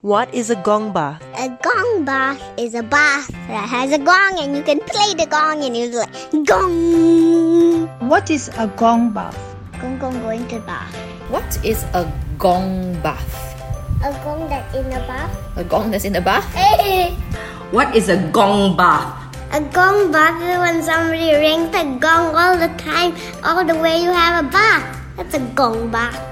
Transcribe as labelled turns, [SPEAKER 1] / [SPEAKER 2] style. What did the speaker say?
[SPEAKER 1] What is a gong bath?
[SPEAKER 2] A gong bath is a bath that has a gong and you can play the gong and you do like gong.
[SPEAKER 3] What is a gong bath?
[SPEAKER 2] Gong gong going to bath.
[SPEAKER 4] What is a gong bath?
[SPEAKER 2] A gong that's in the bath.
[SPEAKER 4] A gong that's in the bath?
[SPEAKER 2] a
[SPEAKER 5] What is a gong bath?
[SPEAKER 2] gong bath is when somebody rings the gong all the time, all the way you have a bath. That's a gong bath.